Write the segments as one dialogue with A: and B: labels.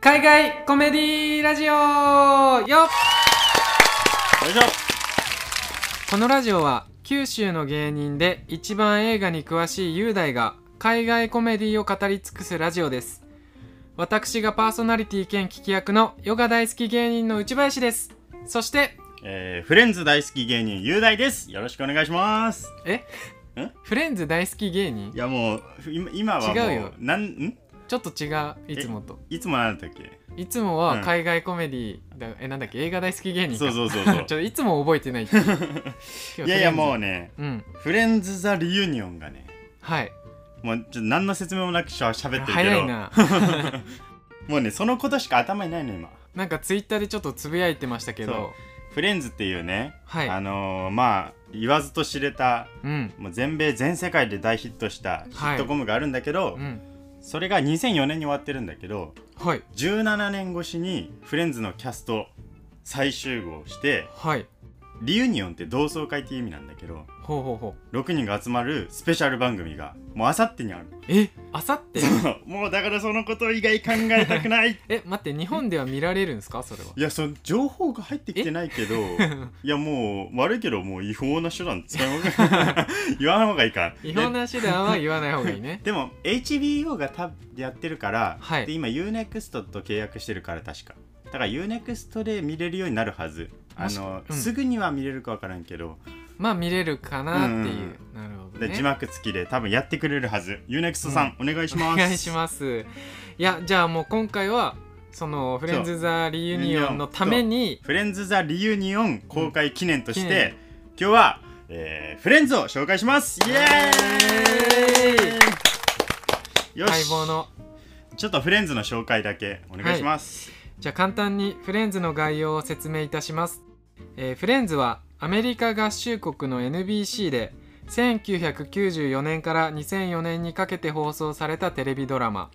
A: 海外コメディラジオよっ
B: よいしょ
A: このラジオは九州の芸人で一番映画に詳しい雄大が海外コメディを語り尽くすラジオです私がパーソナリティ兼聞き役のヨガ大好き芸人の内林ですそして
B: えー、フレンズ大好き芸人雄大ですよろしくお願いします
A: え
B: ん
A: フレンズ大好き芸人
B: いやもう今今はも
A: 違うよ
B: なんん
A: ちょっと違ういつもと
B: いつもなんだっけ
A: いつも
B: う
A: は
B: ん
A: 海外コメディだ、えなんだっけ映画大好き芸人か
B: そうそうそうそ
A: ちょ
B: う
A: っといつも覚えてないっ ていう今日
B: いやい
A: フレン
B: や
A: ズ
B: もうね
A: うん
B: フレンズ・ザ・リユニオンがね
A: はい
B: もうちょっと何の説明もなくしゃ喋ってるけ
A: 早い
B: ど
A: な
B: もうねそのことしか頭にないの今
A: なんかツイッターでちょっとつぶやいてましたけど
B: フレンズっていうね、
A: はい
B: あのーまあ言わずと知れた
A: うん
B: もう全米全世界で大ヒットしたヒットコムがあるんだけど、
A: うん
B: それが2004年に終わってるんだけど
A: はい
B: 17年越しにフレンズのキャスト再集合して
A: はい
B: リユニオンって同窓会っていう意味なんだけど
A: ほうほうほう
B: 6人が集まるスペシャル番組がもうあさってにある
A: えあさって
B: もうだからそのこと以外考えたくない
A: え待って日本では見られるんですかそれはい
B: やその情報が入ってきてな いけど いやもう悪いけどもう違法な手段使う 言わん方がいいか
A: 違法
B: で
A: な手段は言わない方がいいね
B: でも HBO がたやってるから、
A: はい
B: で今 UNEXT と契約してるから確かだから UNEXT で見れるようになるはずあの
A: も、しうん
B: すぐには見れるか分からんけど、
A: まあ見れるかなっていう
B: う
A: なるほど
B: で
A: ね
B: 字幕付きで多分やってくれるはず UNEXT さん、お願いし
A: お
B: ます
A: 願いしますいやじゃあもう今回はそのフレンズ・ザ・リユニオンのために
B: フレンズ・ザ・リユニオン公開記念とし
A: うん記
B: て
A: 念、
B: 今日は、えーフレンズを紹介しますイエーイ
A: イエ
B: よし
A: 待望の
B: ちょっとフレンズの紹介だけお願いします、
A: じゃあ簡単にフレンズの概要を説明いたします、えーフレンズはアメリカ合衆国の NBC で1994年から2004年にかけて放送されたテレビドラマ、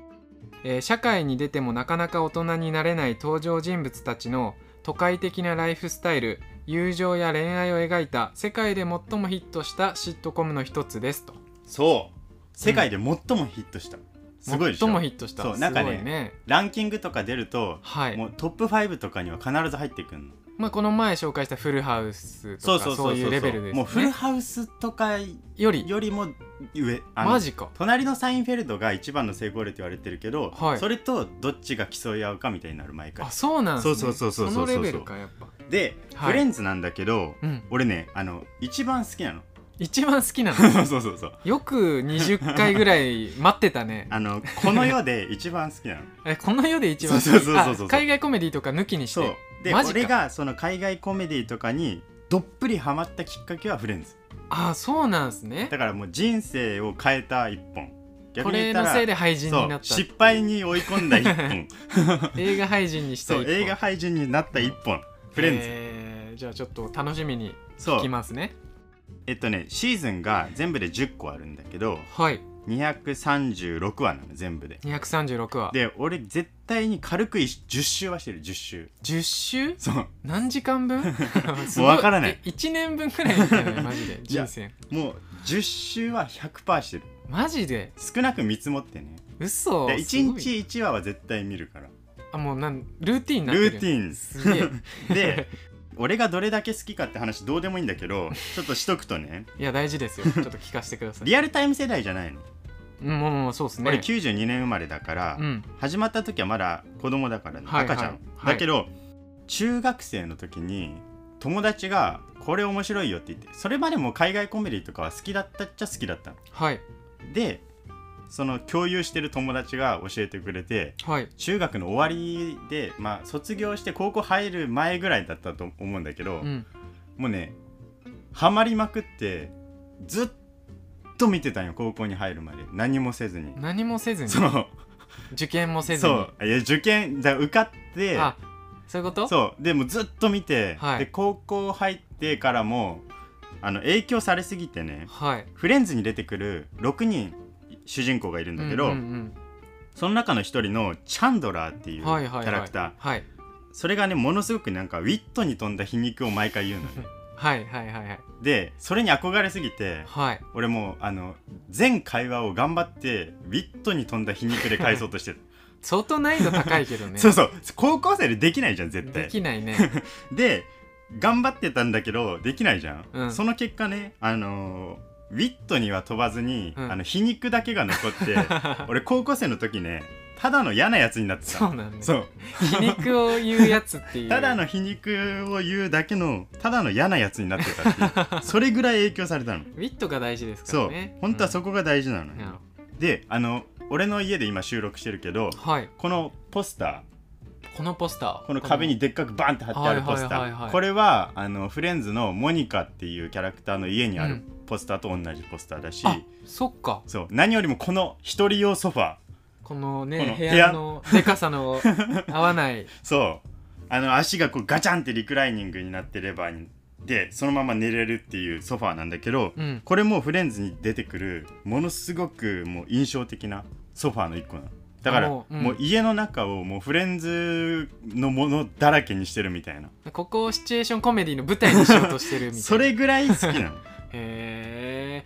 A: えー社会に出てもなかなか大人になれない登場人物たちの都会的なライフスタイル友情や恋愛を描いた世界で最もヒットしたシットコムの一つですと
B: そう世界で最もヒットした、すごいでしょ
A: 最もヒットした
B: そう
A: す
B: なんかね
A: ごいね
B: ランキングとか出ると、
A: はい
B: もうトップ5とかには必ず入ってくるの
A: まあ、この前紹介したフルハウスと
B: そうそ
A: か
B: うそ
A: そう
B: うそう
A: いうレベルです、ね、
B: もうフルハウスとかよ
A: より
B: りも上あの
A: マジか
B: 隣のサインフェルドが一番の成功例って言われてるけど、
A: はい
B: それとどっちが競い合うかみたいになる毎回
A: あそうなんすね
B: そうそうそうそうそう
A: そのレベルかやっぱ
B: で、
A: はい
B: フレンズなんだけど
A: うん
B: 俺ねあの一番好きなの
A: 一番好きなの
B: そうそうそうそう
A: よく20回ぐらい待ってたね
B: あのこの世で一番好きなの
A: えこの世で一番好き
B: そうそうそうそうそう
A: あ海外コメディとか抜きにし
B: そう
A: て
B: で
A: マジか
B: 俺がその海外コメディとかにどっぷりハマったきっかけはフレンズ
A: あそうなんすね
B: だからもう人生を変えた一本
A: こ
B: 逆に言
A: れ
B: った
A: の
B: ら
A: せいで廃人になっ
B: そう
A: た
B: 失敗に追い込んだ一 本
A: 映画廃人にした
B: そう
A: 一本
B: 映画廃人になった一本フレンズ
A: えーじゃあちょっと楽しみに
B: そ
A: 聞き
B: う
A: ますね
B: えっとねシーズンが全部で10個あるんだけど
A: はい
B: 236話なの全部で
A: 236話
B: で俺絶対に軽く10周はしてる10周
A: 10週
B: そう
A: 何時間分 す
B: もうわからない
A: 1年分くらいみたいなマジで
B: いや
A: 人生
B: もう10周は100%してる
A: マジで
B: 少なく見積もってね
A: 嘘
B: で
A: すごい
B: 1日1話は絶対見るから
A: あもうなんルーティンになってる
B: ルーティン
A: すげえ
B: で俺がどれだけ好きかって話どうでもいいんだけどちょっとしとくとね
A: いや大事 ですよちょっと聞かせてください
B: リアルタイム世代じゃないの、
A: うんもうもうそうですね
B: 俺92年生まれだから、
A: うん
B: 始まった時はまだ子供だからね、
A: はい
B: 赤ちゃん、
A: はい
B: だけど、中学生の時に友達がこれ面白いよって言ってそれまでも海外コメディとかは好きだったっちゃ好きだったの
A: はい
B: でその共有してる友達が教えてくれて
A: はい
B: 中学の終わりでまあ卒業して高校入る前ぐらいだったと思うんだけど、
A: うん
B: もうねハマりまくってずっと見てたんよ高校に入るまで何もせずに
A: 何もせずに
B: そう
A: 受験もせずに
B: そういや受験だ受かって
A: あそういうこと
B: そうでもずっと見て、
A: はい
B: で高校入ってからもあの影響されすぎてね
A: はい
B: フレンズに出てくる6人主人公がいるんだけ
A: う
B: ど、
A: んうん
B: その中の1人のチャンドラーっていううんキ
A: はいはいはい
B: ャラクター、
A: はい
B: それがねものすごくなんかウィットに富んだ皮肉を毎回言うの ね
A: はいはいはいはい
B: でそれに憧れすぎて
A: はい。
B: 俺もうあの全会話を頑張ってウィットに富んだ皮肉で返そうとしてる
A: 相当難易度高いけど ね
B: そうそう高校生でできないじゃん絶
A: で
B: 対
A: きない ね
B: で頑張ってたんだけどできないじゃん、
A: うん
B: その結果ねあのーウィットには飛ばずに、
A: うん
B: あの皮肉だけが残って 俺高校生の時ねただの嫌なやつになってた
A: そうなんだ
B: そ
A: よ
B: う
A: 皮肉を言うやつっていう
B: ただの皮肉を言うだけのただの嫌なやつになって たっていうそれぐらい影響されたの
A: ウィットが大事ですか
B: そ
A: ら
B: う
A: ね
B: 本当はそこが大事なの
A: うん
B: よ、であの俺の家で今収録してるけど
A: はい
B: このポスタ
A: このポスター
B: ーこの壁にでっかくバンって貼ってあるポスタ
A: はいはいはいは
B: ー
A: い
B: これはあのフレンズのモニカっていうキャラクターの家にあるポスターと同じポスターだし、
A: あそっか
B: そう何よりもこの一人用ソファー
A: この
B: この
A: ね
B: 部
A: 部
B: 屋
A: 屋のでかさ の合わない
B: そうあの足がこうガチャンってリクライニングになってればでそのまま寝れるっていうソファーなんだけど、
A: うん
B: これもフレンズに出てくるものすごくもう印象的なソファーの一個なのだから
A: あ
B: も
A: も
B: う,、
A: ううん
B: 家の中をもうフレンズのものだらけにしてるみたいな
A: ここをシチュエーションコメディの舞台にしようとしてるみたいな
B: それぐらい好き なの
A: へえ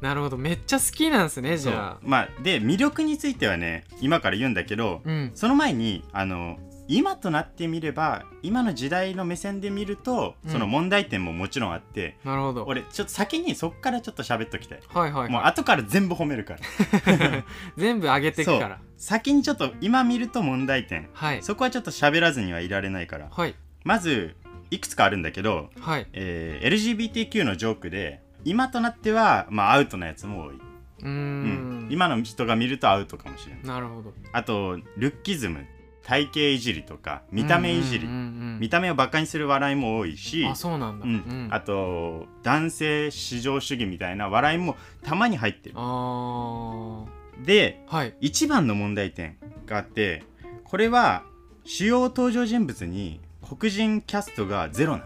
A: なるほどめっちゃ好きなんすねじ
B: そう
A: ゃあ
B: まあで魅力についてはね今から言うんだけど、
A: うん
B: その前にあの今となってみれば今の時代の目線で見ると、
A: うん
B: その問題点ももちろんあって
A: なるほど
B: 俺ちょっと先にそっからちょっと喋っときたい、
A: はいはい、
B: もう
A: はい、
B: 後から全部褒めるから
A: 全部上げていくから
B: そう先にちょっと今見ると問題点
A: はい
B: そこはちょっと喋らずにはいられないから
A: はい
B: まずいくつかあるんだけど、
A: はい
B: えー LGBTQ のジョークで今となっては、まあ、アウトなやつも多い、
A: うーん
B: うん今の人が見るとアウトかもしれない
A: なるほど
B: あとルッキズム体型いじりとか見た目いじり、
A: うんうんうん
B: 見た目をバカにする笑いも多いし
A: あそうなんだ、
B: うんあと男性至上主義みたいな笑いもたまに入ってる
A: あー
B: で
A: はい
B: 一番の問題点があってこれは主要登場人物に黒人キャストがゼロなの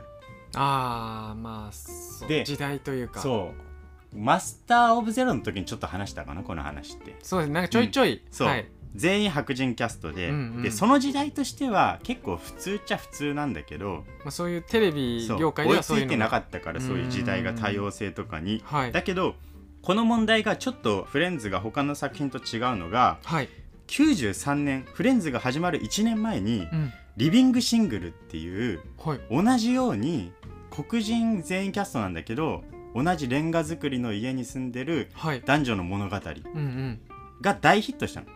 A: あーまあそう
B: で
A: 時代というかそう
B: そうマスター・オブ・ゼロの時にちょっと話したかなこの話って
A: ですなんかちょいちょい、
B: そう
A: はい、
B: 全員白人キャストで,、
A: うんうん
B: でその時代としては結構普通っちゃ普通なんだけど
A: まあ、そういうテレビ
B: そう
A: 業界で
B: 追い
A: は
B: つ
A: そういう
B: いて
A: の
B: なか
A: が
B: ったからそういう時代が多様性とかに
A: はい
B: だけどこの問題がちょっとフレンズが他の作品と違うのが
A: はい、
B: 93年フレンズが始まる1年前に
A: うん、
B: 「リビングシングル」っていう
A: はい
B: 同じように黒人全員キャストなんだけど同じレンガ造りの家に住んでる
A: はい
B: 男女の物語
A: うんうん
B: が大ヒットしたの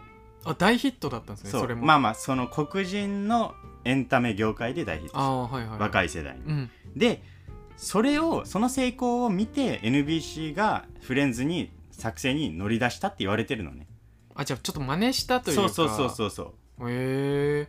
A: あ大ヒットだったんですねそ
B: そう
A: れも、
B: まあまあその黒人のエンタメ業界で大ヒット
A: あ
B: し
A: あはいは
B: た
A: い
B: 若い世代に
A: うん
B: でそれをその成功を見て NBC がフレンズに作成に乗り出したって言われてるのね
A: あじゃあちょっと真似したという
B: そう
A: か
B: そうそう
A: う
B: そうそう
A: へえ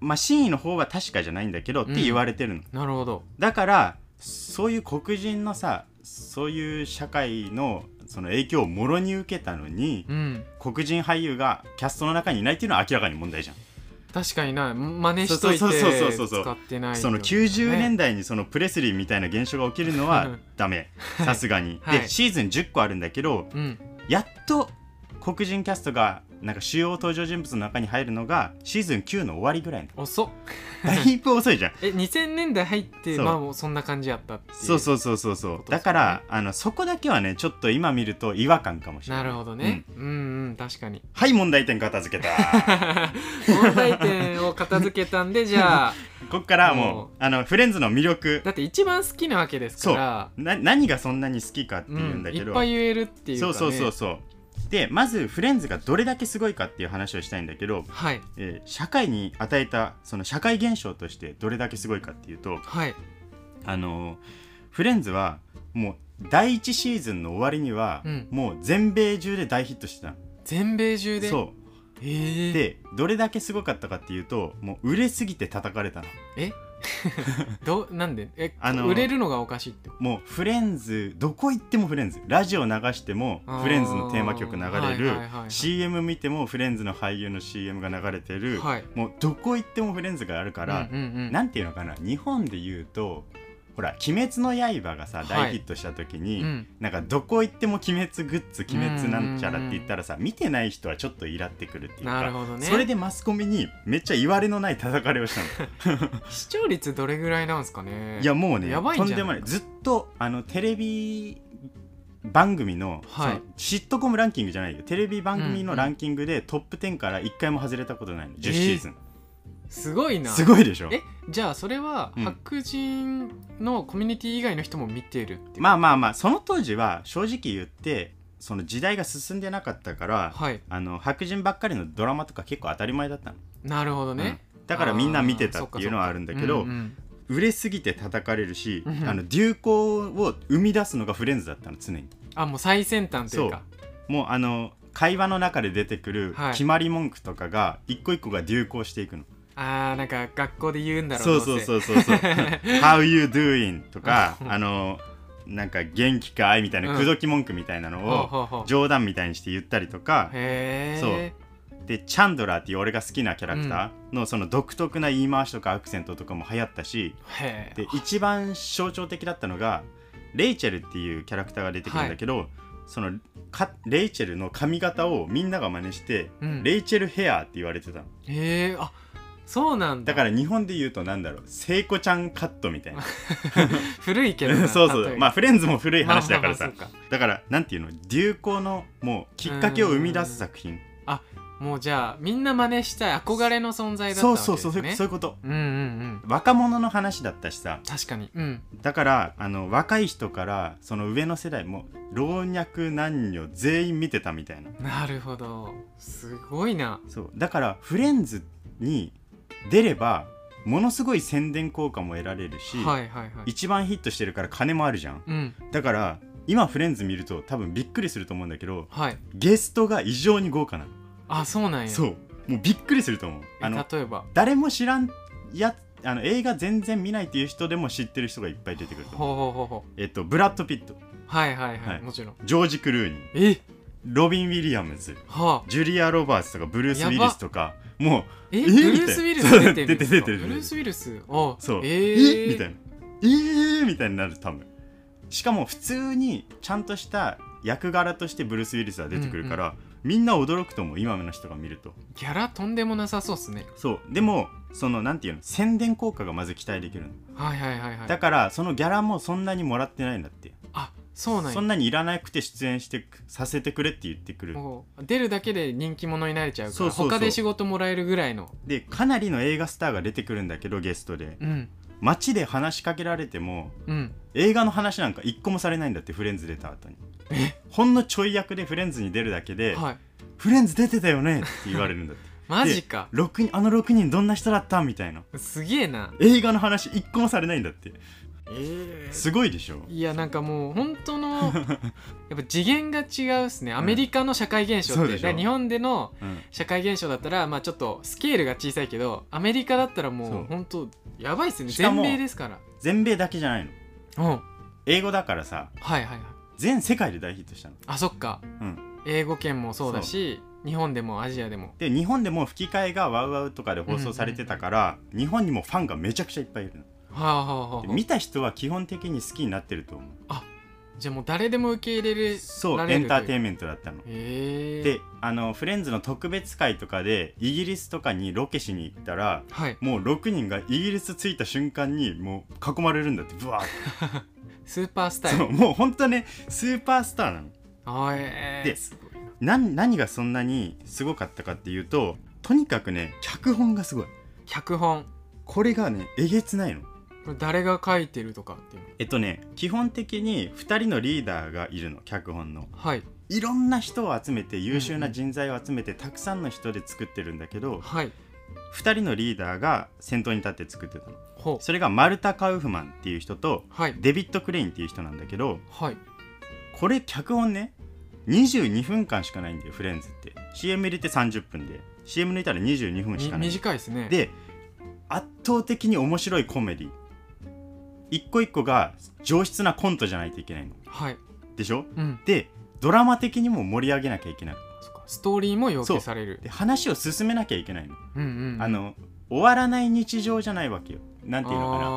B: まあ真意の方は確かじゃないんだけどって言われてるの、
A: なるほど
B: だからそういう黒人のさそういう社会のその影響をもろに受けたのに
A: うん
B: 黒人俳優がキャストの中にいないっていうのは明らかに問題じゃん、
A: 確かにな真似しといて
B: そうそうそうそうそう
A: 使ってない
B: その90年
A: 代
B: 代にそのプレスリーみたいな現象が起きるの
A: う
B: は
A: ん
B: ダメさすがに、
A: はい
B: でシーズン10個あるんだけど
A: うん
B: やっと黒人キャストがなんか主要登場人物の中に入るのがシーズン9の終わりぐらいの
A: 遅っ
B: だいぶ遅い じゃん
A: え2000年代入って
B: そう
A: まあもうそんな感じやったっていう
B: そうそうそうそうそう
A: ことですよね
B: だからあのそこだけはねちょっと今見ると違和感かもしれな
A: ないるほどね、うん、うん確かに
B: はい問題点片付 けた
A: 問題点を片付けたんでじゃあ
B: こっからはもう
A: もう
B: あのフレンズの魅力
A: だって一番好きなわけですから
B: な何がそんなに好きかっていうんだけ
A: い
B: ど、
A: っぱい言えるっていうか、
B: そう
A: ね、
B: そうそうそうでまずフレンズがどれだけすごいかっていう話をしたいんだけど、
A: はい
B: えー社会に与えたその社会現象としてどれだけすごいかっていうと、
A: はい
B: あのーフレンズはもう第1シーズンの終わりには、
A: うん
B: もう全米中で大ヒットしてたの
A: 全米中で
B: そ
A: えー
B: うでどれだけすごかったかっていうともう売れすぎて叩かれたの
A: え どなんでえ、
B: あの
A: 売れるのがおかしいってこ
B: もうフレンズどこ行ってもフレンズラジオ流しても
A: あー
B: フレンズのテーマ曲流れる
A: はいはいはいはい
B: CM 見てもフレンズの俳優の CM が流れて
A: と
B: る、
A: はい
B: もうどこ行ってもフレンズがあるから
A: うん、うんうん、
B: なんていうのかな日本で言うとほら「鬼滅の刃」がさ
A: はい
B: 大ヒットした時に、
A: うん
B: なんかどこ行っても「鬼滅グッズ」「鬼滅なんちゃら」って言ったらさ見てない人はちょっとイラってくるっていうか
A: なるほどね
B: それでマスコミにめっちゃ言われのない叩かれをしたの。
A: 視聴率ど れぐらいなんですかね
B: いやもうね
A: やばい
B: と
A: ん
B: ん
A: じゃ
B: で
A: な
B: も
A: い
B: ないずっとあのテレビ番組の,、
A: はい
B: そのシットコムランキングじゃないよテレビ番組のランキングでトップ10から1回も外れたことないの10シーズン、
A: すごいな
B: すごいでしょ
A: えじゃあそれは
B: うん
A: 白人のコミュニティ以外の人も見てるっていう
B: まあまあまあその当時は正直言ってその時代が進んでなかったから、
A: はい
B: あの白人ばっかりのドラマとか結構当たり前だったの、
A: なるほどね、
B: うんだからみんな見てたっていうのはあるんだけど、
A: うんうん
B: 売れすぎて叩かれるし、
A: うん
B: あの流行を生み出すのがフレンズだったの常に
A: あもう最先端というか
B: もうあの会話の中で出てくる
A: はい
B: 決まり文句とかが一個一個が流行していくの、
A: あーなんか学校で言うんだろう
B: そうそう
A: う
B: そうそうそう How you doing とか
A: うん
B: あのなんか元気かいみたいな口説き文句みたいな
A: ほう
B: のを
A: ほうほう
B: 冗談みたいにして言ったりとか、
A: へえ
B: でチャンドラーっていう俺が好きなキャラクターのその独特な言い回しとかアクセントとかも流行ったし
A: へえ
B: で一番象徴的だったのがレイチェルっていうキャラクターが出てくるんだけど、そのかレイチェルの髪型をみんなが真似して、
A: うん
B: レイチェルヘアって言われてたの
A: へえあそうなんだ
B: だから日本で言うとなんだろう聖子ちゃんカットみたいな
A: 古いけどな
B: そうそ
A: 例え
B: う
A: ば
B: まあフレンズも古い話だから
A: ま
B: さ
A: あまあまあそう
B: だからなんていうの流行のもうきっかけを生み出す作品
A: かもうじゃあみんな真似したい憧れの存在だった
B: そ
A: わけで
B: う
A: す
B: そう
A: ね
B: そうそういうそういうこと
A: うんうんうん
B: 若者の話だったしさ
A: 確かにうん
B: だからあの若い人からその上の世代も老若男女全員見てたみたいな
A: なるほどすごいな
B: そうだからフレンズに出ればものすごい宣伝効果も得られるし、
A: はいはいはい
B: 一番ヒットしてるから金もあるじゃん
A: うん
B: だから今フレンズ見ると多分びっくりすると思うんだけど
A: はい
B: ゲストが異常に豪華なの
A: あそうなんや
B: そうもうびっくりすると思う
A: え
B: あの
A: 例えば
B: 誰も知らんやあの映画全然見ないっていう人でも知ってる人がいっぱい出てくると思う
A: ほうほうほうほう
B: えっとブラッド・ピット
A: はいはいはい、
B: はい
A: もちろん
B: ジョージ・クルーニー
A: え
B: ロビン・ウィリアムズ
A: はあ
B: ジュリア・ロバーツとかブルース・ウィリスとかもう
A: え
B: え
A: ブルース・ウィルス出てるんですか
B: 出てる出てる
A: ブルース・ウィルスあ
B: そう、
A: え
B: え
A: ー、
B: みたい
A: な
B: なえー、みたいになる多分しかも普通にちゃんとした役柄としてブルース・ウィリスは出てくるから、みんな驚くと思う今の人が見ると
A: ギャラとんでもなさそうっすね
B: そうでもそのなんていうの宣伝効果がまず期待できるの、
A: はいはいはいはい
B: だからそのギャラもそんなにもらってないんだって
A: あそうなんや
B: にいらなくて出演してくさせてくれって言ってくる
A: もう出るだけで人気者になれちゃうから
B: そうそうそう
A: 他で仕事もらえるぐらいの
B: でかなりの映画スターが出てくるんだけどゲストで
A: うん
B: 街で話しかけられても
A: うん
B: 映画の話なんか一個もされないんだってフレンズ出た後に
A: え
B: ほんのちょい役でフレンズに出るだけで「
A: はい
B: フレンズ出てたよね」って言われ るんだって
A: マジか
B: 六人あの6人どんな人だったみたいな
A: すげえな
B: 映画の話一個もされないんだって
A: え
B: すごいでしょ
A: いやなんかもう本当 のやっぱ次元が違うっすねアメリカの社会現象って、
B: そうでしょ
A: だから日本での
B: うん
A: 社会現象だったらまあちょっとスケールが小さいけどアメリカだったら
B: そ
A: もう
B: う
A: 本当やばいっすね
B: しか
A: 全
B: も
A: 米ですから
B: 全米だけじゃないの
A: うんはい
B: 英語だからさ
A: はいはい
B: 全世界で大ヒットしたの
A: あそっか
B: うん
A: 英語圏もそうだし日本でもアジアでも
B: で日本でも吹き替えがワウワウとかで放送されてたから、日本にもファンがめちゃくちゃいっぱいいるの
A: はあはあはあ
B: で見た人は基本的に好きになってると思
A: じゃあもう誰でも受け入れ
B: う
A: る
B: そ
A: ら
B: う
A: れ
B: エ
A: る
B: ンターテインメントだったの
A: へえ
B: であのフレンズの特別会とかでイギリスとかにロケしに行ったら
A: はい
B: もう6人がイギリス着いた瞬間にもう囲まれるんだってブワーっ
A: スーパースタ
B: て、
A: イ
B: そ
A: ル
B: うもうほんとねスーパースターなの
A: あえー、
B: です
A: ごいな
B: なん何がそんなにすごかったかっていうととにかくね脚本がすごい
A: 脚本
B: これがねえげつないの
A: これ誰が書いてるとかっていうの
B: えっとね基本的に2人のリーダーがいるの脚本の
A: はい
B: いろんな人を集めて優秀な人材を集めてたくさんの人で作ってるんだけど
A: はい
B: 2人のリーダーが先頭に立って作ってたの
A: ほう
B: それがマルタ・カウフマンっていう人と
A: はい
B: デビッド・クレインっていう人なんだけど
A: はい
B: これ脚本ね22分間しかないんだよフレンズって CM 入れて30分で CM 抜いたら22分し
A: み
B: かない
A: 短いですね
B: で圧倒的に面白いコメディ一個一個が上質なコントじゃないといけないの
A: はい
B: でしょ
A: うん
B: でドラマ的にも盛り上げなきゃいけない
A: そっかストーリーも要求される
B: で話を進めなきゃいけないの、
A: うんうん
B: あの終わらない日常じゃないわけよなんていうのかな
A: な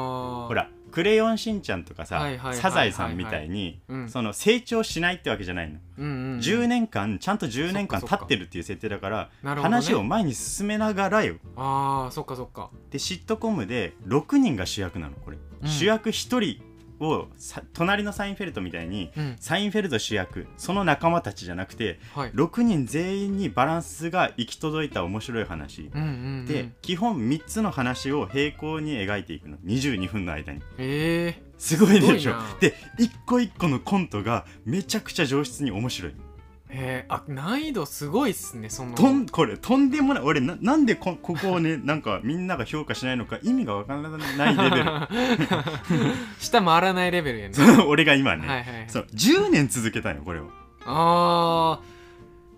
B: ほら「クレヨンしんちゃん」とかさ
A: はいはいはいはいは
B: 「
A: い
B: サザエさん」みたいに
A: うん
B: その成長しないってわけじゃないの、
A: うんうんうん
B: 10年間ちゃんと10年間
A: そっ
B: 経
A: か
B: ってるっていう設定だから
A: なるほどね
B: 話を前に進めながらよ
A: あーそっかそっか
B: でシットコムで6人が主役なのこれ、
A: うん
B: 主役1人をさ隣のサインフェルトみたいに
A: うん
B: サインフェルト主役その仲間たちじゃなくて
A: はい
B: 6人全員にバランスが行き届いた面白い話
A: うんうんうん
B: で、基本3つの話を平行に描いていくの22分の間に
A: ええ
B: すごいでし
A: すごい
B: ょ
A: な
B: で一個一個のコントがめちゃくちゃ上質に面白い
A: えー、あ難易度すごいっすねその
B: とんこれとんでもない俺ななんでこここをね なんかみんなが評価しないのか意味がわからないレベル
A: 下回らないレベルやね
B: そう 俺が今ね、
A: はいはいはい
B: そう10年続けたのこれを
A: あー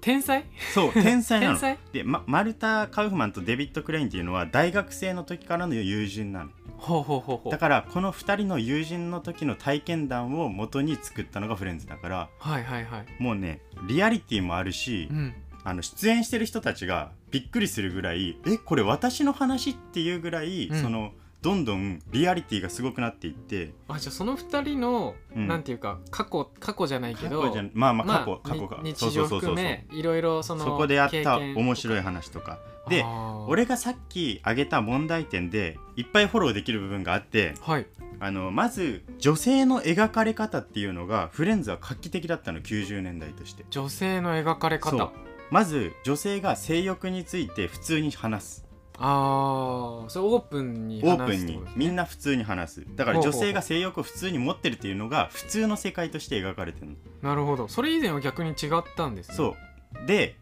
A: 天才
B: そう天才な
A: 天
B: の
A: 才
B: で、ま、マルタ・カウフマンとデビッド・クレインっていうのは大学生の時からの友人なの
A: ほうほうほうほう
B: だからこの2人の友人の時の体験談を元に作ったのがフレンズだから
A: はいはいはい
B: もうねリアリティもあるし、
A: うん
B: あの出演してる人たちがびっくりするぐらいえこれ私の話っていうぐらい、
A: うん
B: そのどんどんリアリティがすごくなっていって
A: あじゃあその二人の、
B: うん
A: なんていうか過去過去じゃないけ
B: 過
A: ど
B: 去じゃまあまあ過去、過去
A: に
B: か
A: 日常含めいろいろその
B: そこであった
A: 経験
B: 面白い話とかで
A: あー
B: 俺がさっき挙げた問題点でいっぱいフォローできる部分があって
A: はい
B: あのまず女性の描かれ方っていうのがフレンズは画期的だったの90年代として
A: 女性の描かれ
B: そ
A: 方
B: うまず女性が性欲について普通に話す
A: ああそれオープンに
B: オープ
A: 話す
B: ン
A: って
B: に
A: ことですね
B: みんな普通に話すだから
A: ほうほ
B: 女
A: うほう
B: 性が性欲を普通に持ってるっていうのが普通の世界として描かれてるの
A: なるほどそれ以前は逆に違ったんですね
B: そうで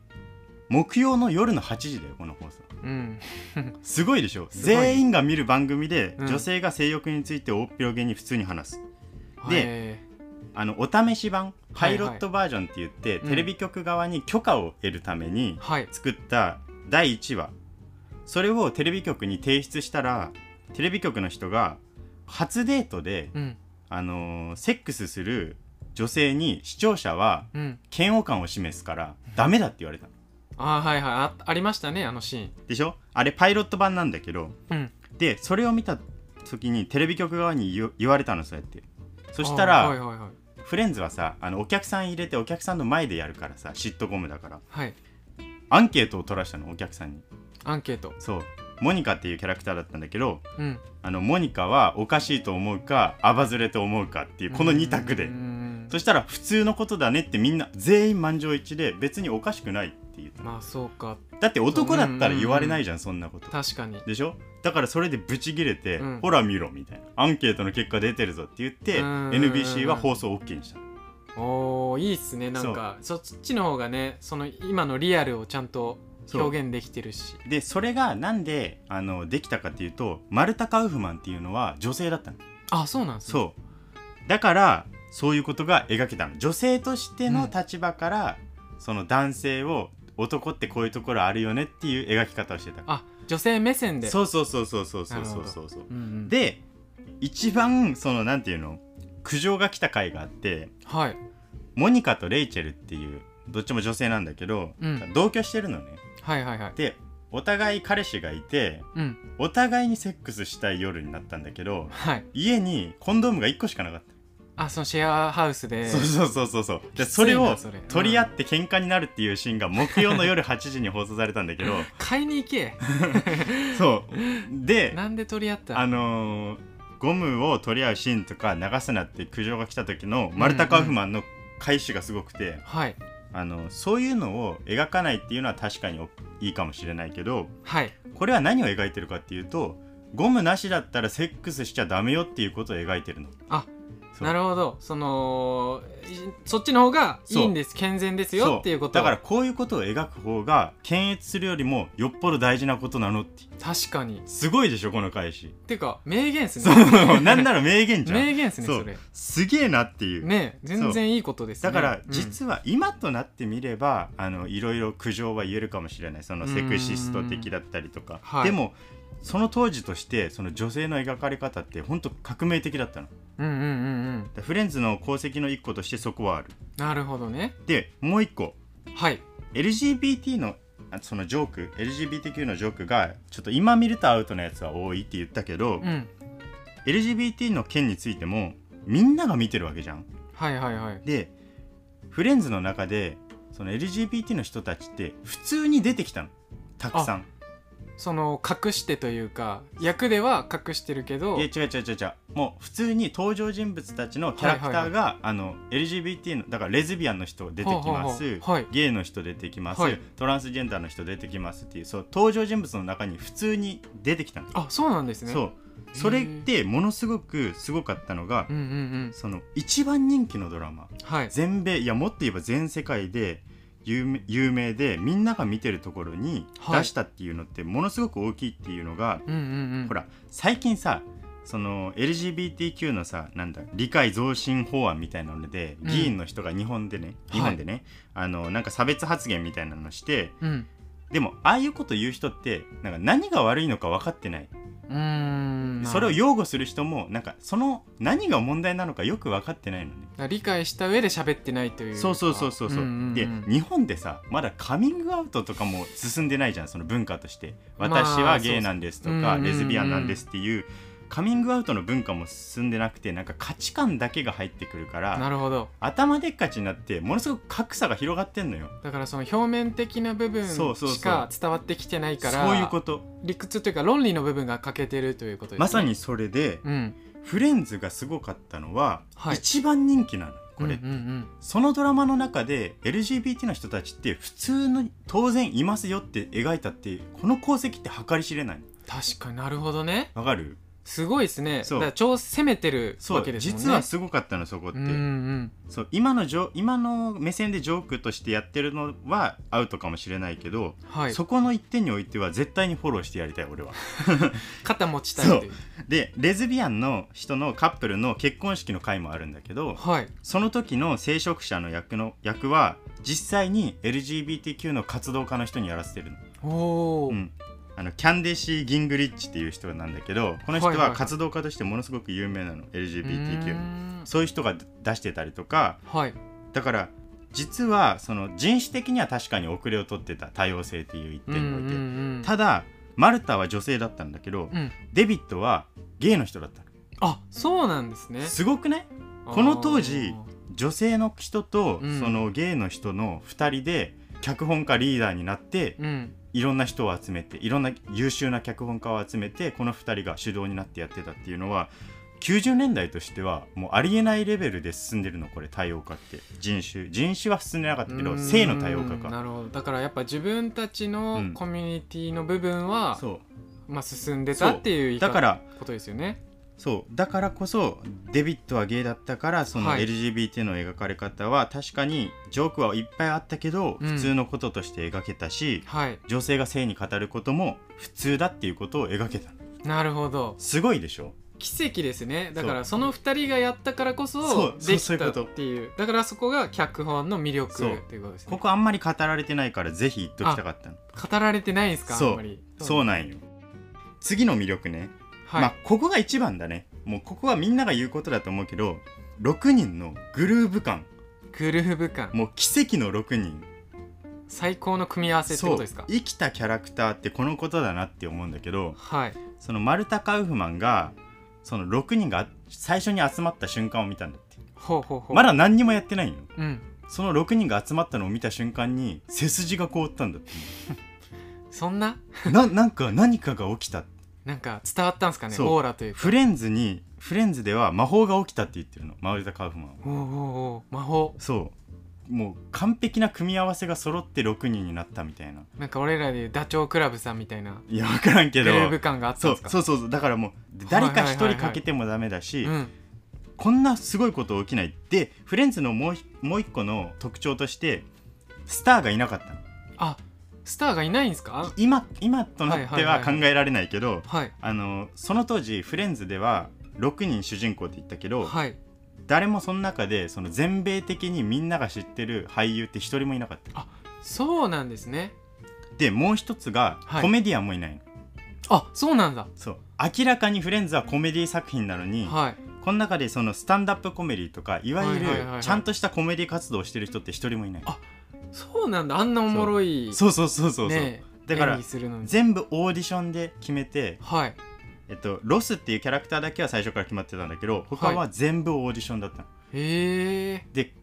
B: 木曜の夜の8時だよこの放送
A: うん
B: すごいでしょ
A: すごい
B: 全員が見る番組で、
A: うん
B: 女性が性欲について大っ広げに普通に話す
A: はい
B: あのお試し版パ
A: はいはい
B: イロットバージョンって言って、
A: うん
B: テレビ局側に許可を得るために
A: はい
B: 作った第1話それをテレビ局に提出したらテレビ局の人が初デートで、
A: うん
B: あのーセックスする女性に視聴者は
A: うん
B: 嫌悪感を示すからダメだって言われたの
A: ああはいはいあありましたねあのシーン
B: でしょあれパイロット版なんだけど
A: うん
B: でそれを見た時にテレビ局側に言う言われたのそうやってそしたら、
A: あーはいはいはい
B: フレンズはさあのお客さん入れてお客さんの前でやるからさシットコムだから
A: はい
B: アンケートを取らしたのお客さんに
A: アンケート
B: そうモニカっていうキャラクターだったんだけど
A: うん
B: あのモニカはおかしいと思うかアバズレと思うかっていうこの2択で
A: うん
B: そしたら普通のことだねってみんな全員満場一致で別におかしくないっていう
A: まあそうか
B: だって男だったら言われないじゃんそんなこと
A: 確かに
B: でしょだからそれでブチギレて、
A: うん
B: ほら見ろみたいなアンケートの結果出てるぞって言って
A: うん
B: NBC は放送 OK にした
A: おーいいっすねなんかそっちの方がねその今のリアルをちゃんと
B: そう
A: 表現できてるし
B: でそれがなんであのできたかっていうとマルタ・カウフマンっていうのは女性だったの
A: あそうなんですね
B: そうだからそういうことが描けたの女性としての立場から、その男性を男ってこういうところあるよねっていう描き方をしてた
A: あ女性目線で
B: そうそうそうそうそうそう
A: なる
B: そ
A: ほ
B: う
A: ど
B: そうそう
A: うんうん
B: で一番そのなんていうの苦情が来た回があって
A: はい
B: モニカとレイチェルっていうどっちも女性なんだけど、
A: うん
B: 同居してるのね
A: はいはいはい
B: でお互い彼氏がいて
A: うん
B: お互いにセックスしたい夜になったんだけど
A: はい
B: 家にコンドームが1個しかなかった、
A: あそのシェアハウスで
B: そうそうそうそうそう
A: きつい
B: で
A: な
B: それを
A: それうん
B: 取り合って喧嘩になるっていうシーンが木曜の夜8時に放送されたんだ けど
A: 買いに行け
B: そうで
A: なんで取り合った
B: あ
A: の
B: のーゴムを取り合うシーンとか流すなって苦情が来た時のマルタ・カウフマンの返しがすごくて、
A: はい
B: あのそういうのを描かないっていうのは確かにいいかもしれないけど
A: はい
B: これは何を描いてるかっていうとゴムなしだったらセックスしちゃダメよっていうことを描いてるの。
A: あ
B: そう
A: なるほどそのいそっちの方がいいんです健全です
B: そ
A: よっていうこと
B: だからこういうことを描く方が検閲するよりもよっぽど大事なことなのって
A: 確かにっ
B: すごいでしょこの返し
A: ていうか名言っす
B: そ
A: ね
B: う なんなら名言じゃん
A: 名言っすね
B: そう
A: それ
B: すげえなっていう
A: ね全然いいことですね
B: だから
A: うん
B: 実は今となってみれば、あのいろいろ苦情は言えるかもしれないそのセクシスト的だったりとか、
A: はい
B: でもその当時としてその女性の描かれ方って本当革命的だったのだか
A: うんうんうんうん
B: らフレンズの功績の一個としてそこはある
A: なるほどね
B: でもう一個
A: はい
B: LGBT のあそのジョーク LGBTQ のジョークがちょっと今見るとアウトなやつは多いって言ったけど、
A: うん
B: LGBT の件についてもみんなが見てるわけじゃん
A: はいはいはい
B: でフレンズの中でその LGBT の人たちって普通に出てきたのたくさん
A: その隠してというか役では隠してるけど
B: いや違う違う違う違うもう普通に登場人物たちのキャラクターが、
A: はいはい
B: あの LGBT のだからレズビアンの人出てきます、
A: はあはあはい
B: ゲイの人出てきます、
A: はい
B: トランスジェンダーの人出てきますっていうそう登場人物の中に普通に出てきたんですよ
A: あそうなんですね
B: そうそれってものすごくすごかったのが、
A: うんうんうん
B: その一番人気のドラマ
A: はい
B: 全米いやもっと言えば全世界で有名有名でみんなが見てるところに
A: はい
B: 出したっていうのってものすごく大きいっていうのが、
A: うんうんうん
B: ほら最近さその LGBTQ のさなんだ理解増進法案みたいなので、
A: うん
B: 議員の人が日本でね
A: はい
B: 日本でね、あのなんか差別発言みたいなのして
A: うん
B: でもああいうこと言う人ってなんか何が悪いのか分かってない、
A: うーん
B: それ
A: な
B: を
A: る
B: 擁護する人もなんかその何が問題なのかよく分かってないのね
A: ほ。ど理解した上で喋ってないというか
B: そうそうそうそうそう,、
A: んんん
B: で日本でさまだカミングアウトとかも進んでないじゃんその文化として私はゲイなんですとか、
A: まあそうそううんうんうん
B: レズビアンなんですっていうカミングアウトの文化も進んでなくてなんか価値観だけが入ってくるから
A: なるほど
B: 頭でっかちになってものすごく格差が広がってんのよ
A: だからその表面的な部分
B: そうそうそう
A: しか伝わってきてないから
B: そういうこと
A: 理屈というか論理の部分が欠けてるということです、ね、
B: まさにそれで、
A: うん
B: フレンズがすごかったのは、
A: はい
B: 一番人気なのこれ、
A: うんうんうん
B: そのドラマの中で LGBT の人たちって普通の当然いますよって描いたってこの功績って計り知れない
A: 確かになるほどね
B: わかる
A: すごいですね
B: そう
A: だから超攻めてる
B: そ
A: わ
B: う、
A: けですもんね
B: 実はすごかったのそこって、
A: うんうん
B: そう今のジョ今の目線でジョークとしてやってるのはアウトかもしれないけど、
A: はい
B: そこの一点においては絶対にフォローしてやりた い俺は
A: 肩持ちたいという
B: でレズビアンの人のカップルの結婚式の回もあるんだけど
A: はい
B: その時の聖職者の役の役は実際に LGBTQ の活動家の人にやらせてるの
A: おお、
B: うん、あのキャンデシー・ギングリッチっていう人なんだけどこの人
A: はいはい
B: は
A: はい
B: 活動家としてものすごく有名なの LGBTQ の
A: の
B: そういう人が出してたりとか
A: はい
B: だから実はその人種的には確かに遅れを取ってた多様性っていう一
A: うんう
B: 点において、
A: んうん
B: ただマルタは女性だったんだけど、
A: うん
B: デビッドはゲイの人だった
A: あそうなんですね
B: のすごくねこの当時
A: あー
B: 女性の人と
A: うん
B: そのゲイの人の2人で脚本家リーダーになって
A: うん
B: いろんな人を集めていろんな優秀な脚本家を集めてこの2人が主導になってやってたっていうのは90年代としてはもうありえないレベルで進んでるのこれ多様化って人種人種は進んでなかったけ
A: う
B: ど
A: ん
B: 性の多様化か
A: なるほどだからやっぱ自分たち
B: う
A: の
B: ん
A: コミュニティの部分は、
B: そ
A: まあ、進んでたっていう言
B: う
A: い方
B: だから
A: ことですよね
B: そうだからこそデビットはゲイだったからその
A: はい
B: LGBT の描かれ方は確かにジョークはいっぱいあったけど
A: うん
B: 普通のこととして描けたし、
A: はい
B: 女性が性に語ることも普通だっていうことを描けた
A: なるほど
B: すごいでしょ
A: 奇跡ですねだから
B: そ
A: その2人がやったからこ
B: そ
A: そう
B: そう
A: で
B: そう
A: き
B: いう
A: た
B: こ
A: っ
B: と
A: ていうだからそこが脚本の魅力
B: そう
A: っていうことですね
B: ここあんまり語られてないからぜひ言っときたかったの
A: 語られてないんですか
B: そう
A: あんまり
B: そうなんよ次の魅力ね、
A: はい、
B: まあここが一番だねもうここはみんなが言うことだと思うけど6人のグルーヴ感
A: グルーヴ感
B: もう奇跡の6人
A: 最高の組み合わせって
B: そ
A: こ
B: う
A: とですか
B: 生きたキャラクターってこのことだなって思うんだけど
A: はい
B: そのマルタ・カウフマンがその6人が最初に集まった瞬間を見たんだって
A: ほうほうほう
B: まだ何にもやってないよ
A: うん
B: その6人が集まったのを見た瞬間に背筋が凍ったんだって
A: そんな
B: ななんか何かが起きた
A: なんか伝わったんですかね
B: そう
A: オーラというか
B: フレンズにフレンズでは魔法が起きたって言ってるのマルタ・カウフマンは
A: おうおうおう魔法
B: そうもう完璧な組み合わせが揃って6人になったみたいな
A: なんか俺らでいうダチョウ倶楽部さんみたいない
B: や分からん
A: グ
B: け
A: ル
B: ど
A: ーヴ感があったん
B: そ
A: で
B: う
A: すか
B: そううそうそうだからもう
A: はいは
B: 誰
A: い
B: か1人かけてもダメだし、
A: ん、
B: こんなすごいこと起きないでフレンズのもうひもう一個の特徴としてスターがいなかったの
A: あスターがいないんですか
B: 今今となっては考えられないけど、
A: はい
B: あのその当時フレンズでは6人主人公って言ったけど、
A: はい
B: 誰もその中でその全米的にみんなが知ってる俳優って一人もいなかった
A: そうなんですね
B: でもう一つが
A: はい
B: コメディアンもいないの、
A: あそうなんだ
B: そう明らかにフレンズはコメディ作品なのに、
A: はい
B: この中でそのスタンダップコメディとかいわゆる
A: はいはいはいはい
B: ちゃんとしたコメディ活動をしてる人って一人もいない、
A: あそうなんだあんなおもろい
B: そうそうそうそうそう、
A: ね
B: だから
A: 演技するのに
B: 全部オーディションで決めて、
A: はい
B: えっと、ロスっていうキャラクターだけは最初から決まってたんだけど他は全部オーディションだったの、
A: へえ
B: で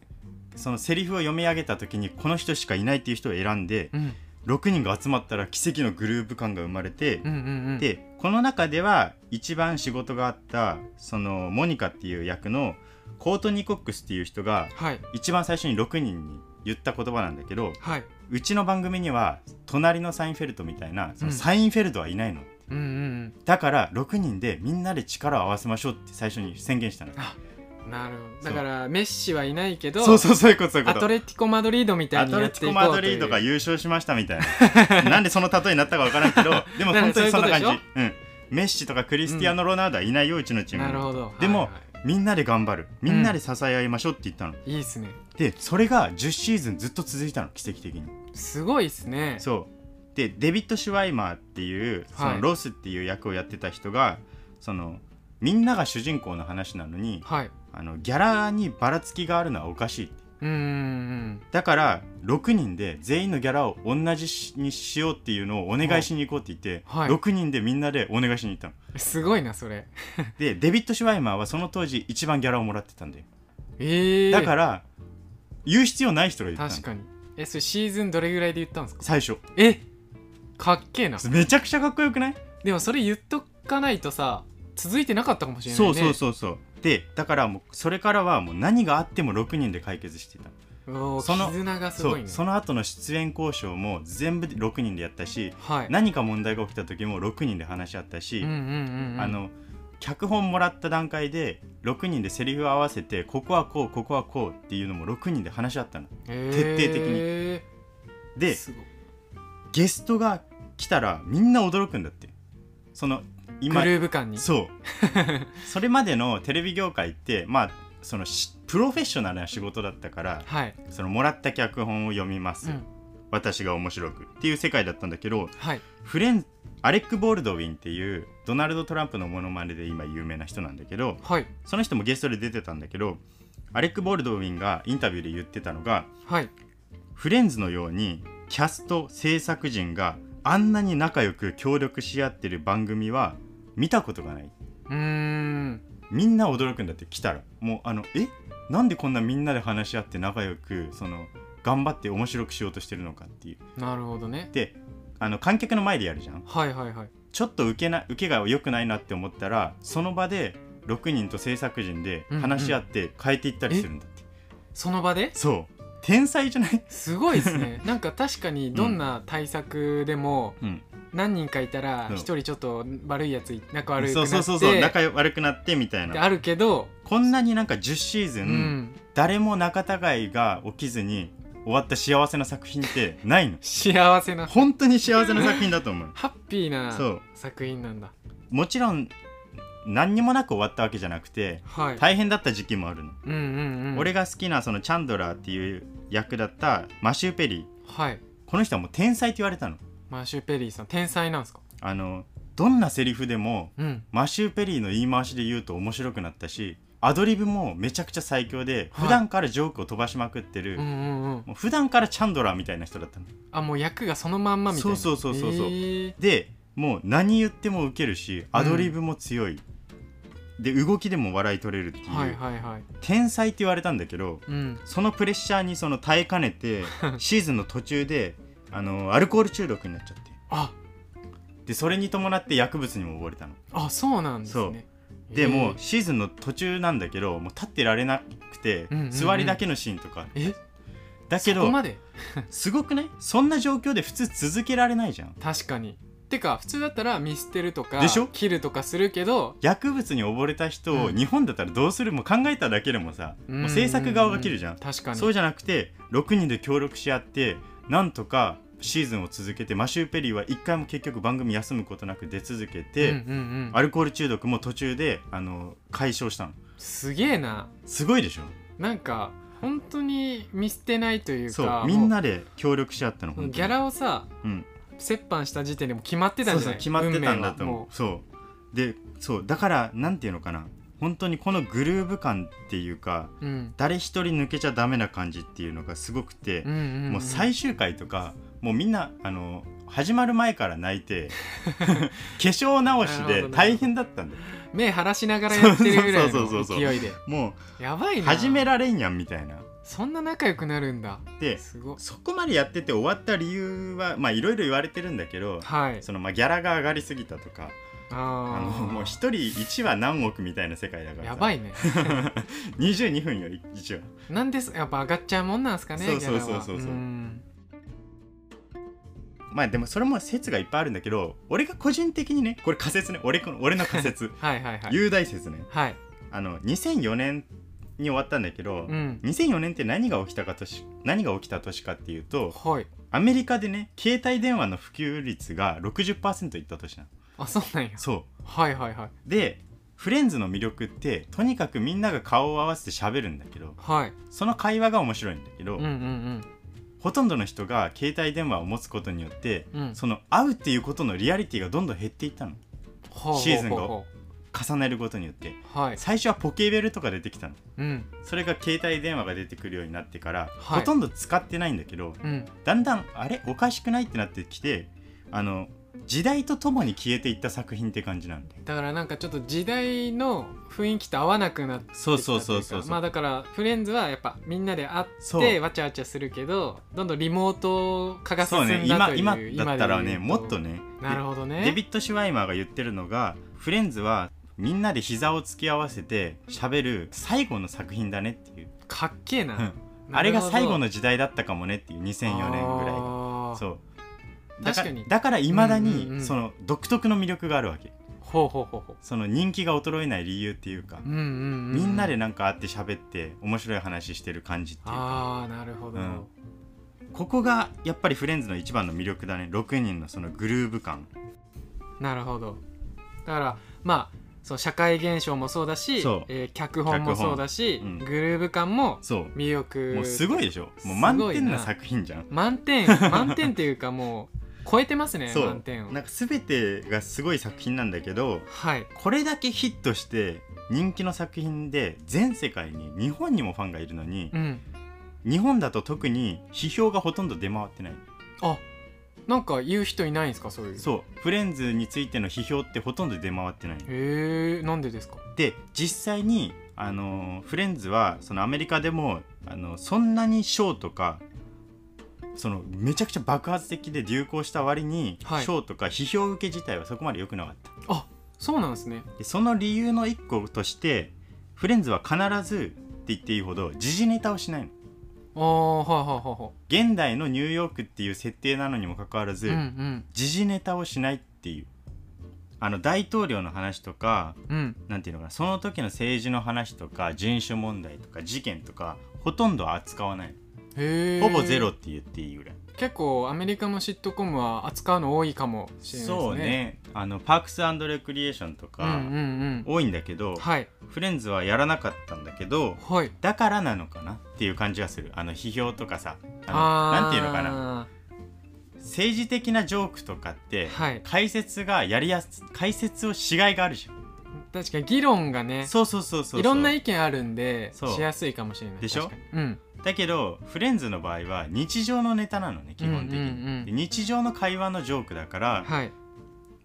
B: そのセリフを読み上げた時にこの人しかいないっていう人を選んで
A: うん
B: 6人が集まったら奇跡のグループ感が生まれて、
A: うんうんうん
B: でこの中では一番仕事があったそのモニカっていう役のコートニー・コックスっていう人が
A: はい
B: 一番最初に6人に言った言葉なんだけど
A: はいう
B: ちの番組には隣のサインフェルトみたいなその
A: うん
B: サインフェルトはいないの、
A: うんうん
B: だから6人でみんなで力を合わせましょうって最初に宣言したの
A: うんなるほどだからメッシはいないけど
B: そうそうそういうことそういうこ
A: ア
B: と
A: トレティコ・マドリードみたい
B: ア
A: に
B: ト
A: や
B: レ
A: っ
B: テ
A: て
B: ィ
A: い
B: コ・
A: こうとい
B: マ
A: う
B: ドリードが優勝しましたみたい ななんでその例えになったかわからんけどでも本当にそんな感じ
A: なるほどそういう
B: うん、メッシとかクリスティアーノ・ロナウドはいないようちのチームに
A: なるほど
B: でも
A: はいは
B: みんなで頑張るみんなで支え合いましょうって言ったの、
A: い、いいっすね
B: でそれが10シーズンずっと続いたの奇跡的に
A: すごいっすね
B: そうでデビッド・シュワイマーっていうそ
A: はい
B: のロスっていう役をやってた人が、そのみんなが主人公の話なのに
A: はい
B: あのギャラにばらつきがあるのはおかしい
A: うんうんうん
B: だから6人で全員のギャラを同じにしようっていうのをお願いしに行こうって言って、
A: はい
B: 6人でみんなでお願いしに行ったの
A: すごいなそれ
B: でデビッド・シュワイマーはその当時一番ギャラをもらってたんだよ
A: ええー、
B: だから言う必要ない人が言った
A: 確か
B: の
A: にえそれシーズンどれぐらいで言ったんですか
B: 最初
A: えかっけえな
B: めちゃくちゃかっこよくない
A: でもそれ言っとかないとさ続いてなかったかもしれない
B: そ
A: ね
B: うそうそうそうでだからもうそれからはもう何があっても6人で解決してた
A: うおー
B: その
A: 絆がす
B: そ
A: ご
B: う
A: いね
B: その後の出演交渉も全部で6人でやったし
A: はい
B: 何か問題が起きた時も6人で話し合ったし、
A: うんうんうんうん
B: あの脚本もらった段階で6人でセリフを合わせてここはこうここはこうっていうのも6人で話し合ったの徹底的に
A: へー
B: です
A: ごい
B: ゲストが来たらみんな驚くんだってその今
A: グルーヴ感に
B: そうそれまでのテレビ業界ってまあそのしプロフェッショナルな仕事だったから
A: はい、
B: そのもらった脚本を読みます、
A: うん、
B: 私が面白くっていう世界だったんだけど
A: はい
B: フレンアレック・ボールドウィンっていうドナルド・トランプのモノマネで今有名な人なんだけど
A: はい
B: その人もゲストで出てたんだけどアレック・ボールドウィンがインタビューで言ってたのが
A: はい
B: フレンズのようにキャスト制作陣があんなに仲良く協力し合ってる番組は見たことがないう
A: ーん
B: みんな驚くんだって来たらもうあのえなんでこんなみんなで話し合って仲良くその頑張って面白くしようとしてるのかっていう
A: なるほどね
B: であの観客の前でやるじゃん
A: はいはいはい
B: ちょっと受けな受けが良くないなって思ったらその場で6人と制作陣で話し合って変えていったりするんだって、
A: その場で
B: そう天才じゃない、
A: すごいです ねなんか確かにどんな対策でも
B: うん、
A: 何人かいたら
B: うん
A: 一人ちょっと悪いやつい仲悪く
B: そ
A: な
B: う
A: って
B: そうそうそう仲良悪くなってみたい
A: って
B: な
A: あるけど
B: こんなになんか10シーズ
A: う
B: ン、
A: ん
B: 誰も仲違いが起きずに終わった幸せな作品ってない の
A: 幸せなハ
B: 本当に幸せな作品だと思う
A: ッピー
B: そ
A: な
B: う
A: 作品なんだ
B: もちろん何にもなく終わったわけじゃなくて
A: はい
B: 大変だった時期もあるの、
A: うんうんうん
B: 俺が好きなそのチャンドラーっていう役だったマシュー・ペリー
A: はい
B: この人はもう天才って言われたの
A: マーシュペリーさん天才なんですか
B: あのどんなセリフでも
A: うん
B: マシュー・ペリーの言い回しで言うと面白くなったしアドリブもめちゃくちゃ最強で、
A: はい
B: 普段からジョークを飛ばしまくってる、
A: うんうんうん
B: もう普段からチャンドラーみたいな人だったの
A: あもう役がそのまんまみたいな
B: そうそうそうそうそう
A: へー
B: でもう何言ってもウケるしアドリブも強い、で動きでも笑い取れるっていう、
A: はいはいはい
B: 天才って言われたんだけど
A: うん
B: そのプレッシャーにその耐えか ねてシーズンの途中であのアルコール中毒になっちゃって
A: あ
B: でそれに伴って薬物にも溺れたの
A: あそうなんですね
B: でもう
A: えー
B: シーズンの途中なんだけどもう立ってられなくて、
A: うんうんうん
B: 座りだけのシーンとか
A: え
B: だけ
A: そこ
B: ど
A: まです
B: ごくないそんな状況で普通続けられないじゃん
A: 確かにてか普通だったら見捨てるとか
B: でしょ
A: 切るとかするけど
B: 薬物に溺れた人を
A: うん
B: 日本だったらどうするも考えただけでもさ、
A: うんうん
B: もう制作側が切るじゃん、
A: 確かに
B: そうじゃなくて6人で協力し合ってなんとかシーズンを続けてマシュー・ペリーは1回も結局番組休むことなく出続けて、
A: うんうんう
B: ア
A: ん、
B: ルコール中毒も途中であの解消したの
A: すげえな
B: すごいでしょ
A: なんか本当に見捨てないというか
B: そう
A: も
B: みんなで協力し合ったの
A: もう
B: 本当に
A: ギャラをさ
B: うん、
A: 折半した時点でもう決まってた
B: そ
A: ん
B: う
A: じゃ
B: そう
A: ない
B: 決まってたんだと
A: 運命は
B: 思
A: も
B: うそうでそうだからなんていうのかな本当にこのグルーヴ感っていうか
A: う、うん
B: 誰一人抜けちゃダメな感じっていうのがすごくて、
A: うんうんん
B: もう最終回とかもうみんなあの始まる前から泣いて 化粧直し
A: なるほど
B: で
A: ね
B: 大変だったんだよ
A: 目晴らしながらやってるぐらい
B: そうそうそう
A: の
B: そうそう
A: 勢いで
B: も
A: やばいうな
B: 始められんやんみたいな
A: そんな仲良くなるんだ
B: です
A: ごい
B: そこまでやってて終わった理由はまあいろいろ言われてるんだけど
A: はい
B: そのまあギャラが上がりすぎたとかあ
A: あ
B: の
A: ー
B: もう一人1話何億みたいな世界だからさ
A: やばいね
B: 22分よ1話
A: なんですやっぱ上がっちゃうもんなんすかね
B: そうそう
A: ギ
B: そう
A: ャラは
B: そうそうそうんまあでもそれも説がいっぱいあるんだけど俺が個人的にねこれ仮説ね俺この俺の仮説
A: はいはいはい
B: 雄大説ね
A: はい
B: あの2004年に終わったんだけど、
A: うん
B: 2004年って何が起きたか年何が起きた年かっていうと
A: はい
B: アメリカでね携帯電話の普及率が60%いった年なの
A: あそうなんや
B: そう
A: はいはいはい
B: でフレンズの魅力ってとにかくみんなが顔を合わせて喋るんだけど
A: はい
B: その会話が面白いんだけど、
A: うんうん
B: ほとんどの人が携帯電話を持つことによって
A: うんうん
B: その会うっていうことのリアリティがどんどん減っていったの
A: ほうほうほうほう
B: シーズンが重ねることによって
A: はい
B: 最初はポケベルとか出てきたの
A: うん
B: それが携帯電話が出てくるようになってから、
A: はい
B: ほとんど使ってないんだけど
A: うん
B: だんだんあれおかしくないってなってきてあの時代とともに消えていった作品って感じなんだよ
A: だからなんかちょっと時代の雰囲気と合わなくなってきたとい
B: そうそうそうそう
A: うかまあだからフレンズはやっぱみんなで会
B: そ
A: って
B: う
A: わちゃわちゃするけどどんどんリモート化が進
B: そうん
A: だとい
B: ね
A: う
B: 今今だったら
A: 今で
B: ね
A: 言う
B: もっとね
A: なるほどね
B: デビッド・シュワイマーが言ってるのがフレンズはみんなで膝を突き合わせて喋る最後の作品だねっていう、
A: かっけえな,
B: う
A: なる
B: ん
A: ほど、
B: あれが最後の時代だったかもねっていう2004年ぐらいが
A: あー
B: そうだから
A: 確かに
B: だからいまだ
A: うんうんう
B: に
A: ん
B: その独特の魅力があるわけ
A: ほうほうほうほう
B: その人気が衰えない理由っていうか、
A: うんうん、うん、
B: みんなでなんか会って喋って面白い話してる感じっていうか
A: ああなるほど、
B: うんここがやっぱりフレンズの一番の魅力だね6人のそのグルーヴ感
A: なるほどだからまあそう社会現象もそうだし
B: そう
A: えー脚本もそうだし、
B: 脚本うん
A: グルーヴ感も
B: そ
A: 魅
B: う
A: 力
B: もうすごいでしょもう満点な作品じゃん
A: 満 点満点っていうかもう超えてますね
B: そう
A: 満点を
B: なんか全てがすごい作品なんだけど
A: はい
B: これだけヒットして人気の作品で全世界に日本にもファンがいるのに
A: うん
B: 日本だと特に批評がほとんど出回ってない
A: あなんか言う人いないんですかそういうう
B: そうフレンズについての批評ってほとんど出回ってない
A: へえなんでですか
B: で実際にあのフレンズはそのアメリカでもあのそんなに賞とかそのめちゃくちゃ爆発的で流行した割に
A: はい
B: 賞、とか批評受け自体はそこまで良くなかった
A: あそうなんですね
B: でその理由の一個としてフレンズは必ずって言っていいほど時事ネタをしないの
A: ああはいはいはいはい
B: 現代のニューヨークっていう設定なのにもかかわらず、
A: うん
B: 時事ネタをしないっていうあの大統領の話とか
A: うんうん
B: なんていうのかなその時の政治の話とか人種問題とか事件とかほとんど扱わない
A: へえ
B: ほぼゼロって言っていいぐらい、
A: 結構アメリカのシットコムは扱うの多いかもしれないですね
B: そうねあのパークスレクリエーションと
A: うん
B: か、
A: うんうん
B: 多いんだけど、
A: はい
B: フレンズはやらなかったんだけど
A: はい
B: だからなのかなっていう感じがするあの批評とかさあの
A: あ
B: なんていうのかな
A: な
B: 政治的なジョークとかって、
A: はい
B: 解説がやりやす解説をしがいがあるじゃん
A: 確かに議論がね
B: そうそうそうそうそう
A: いろんな意見あるんで
B: そう
A: しやすいかもしれない
B: でしょ
A: 確かにうん
B: だけどフレンズの場合は日常のネタなのね基本的
A: う
B: に、
A: んうんうん
B: で日常の会話のジョークだから、
A: はい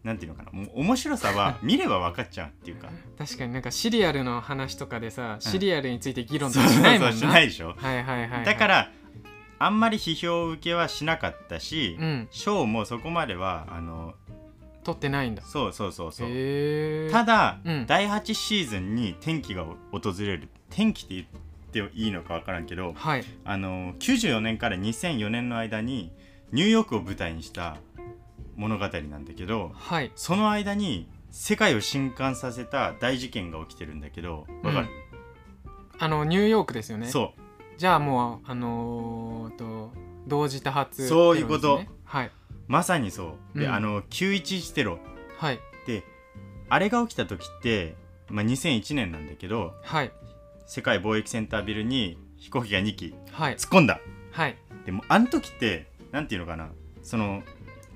B: なんていうのかなもう面白さは見れば分かっちゃうっていうか
A: 確かになんかシリアルの話とかでさ、シリアルについて議論と
B: そう
A: かし
B: そ
A: ないうも
B: そ
A: ん
B: う
A: な
B: しないでしょ、
A: はいはいはいはい、
B: だからあんまり批評受けはしなかったし、
A: うん
B: ショーもそこまではあの
A: 撮ってないんだ
B: そうそうそうそう、
A: へえ
B: ただ、
A: うん
B: 第8シーズンに転機が訪れる転機って言っていいのか分からんけど
A: はい
B: あの94年から2004年の間にニューヨークを舞台にした物語なんだけど
A: はい
B: その間に世界を震撼させた大事件が起きてるんだけどわかる、
A: あのニューヨークですよね
B: そう
A: じゃあもうあのー、と同時多発
B: そういうこと
A: テロですねはい
B: まさにそうで、
A: うん
B: あの911テロ
A: はい
B: であれが起きた時って、まあ、2001年なんだけど
A: はい
B: 世界貿易センタービルに飛行機が2機
A: はい
B: 突っ込んだ
A: はい
B: でもあの時ってなんていうのかなその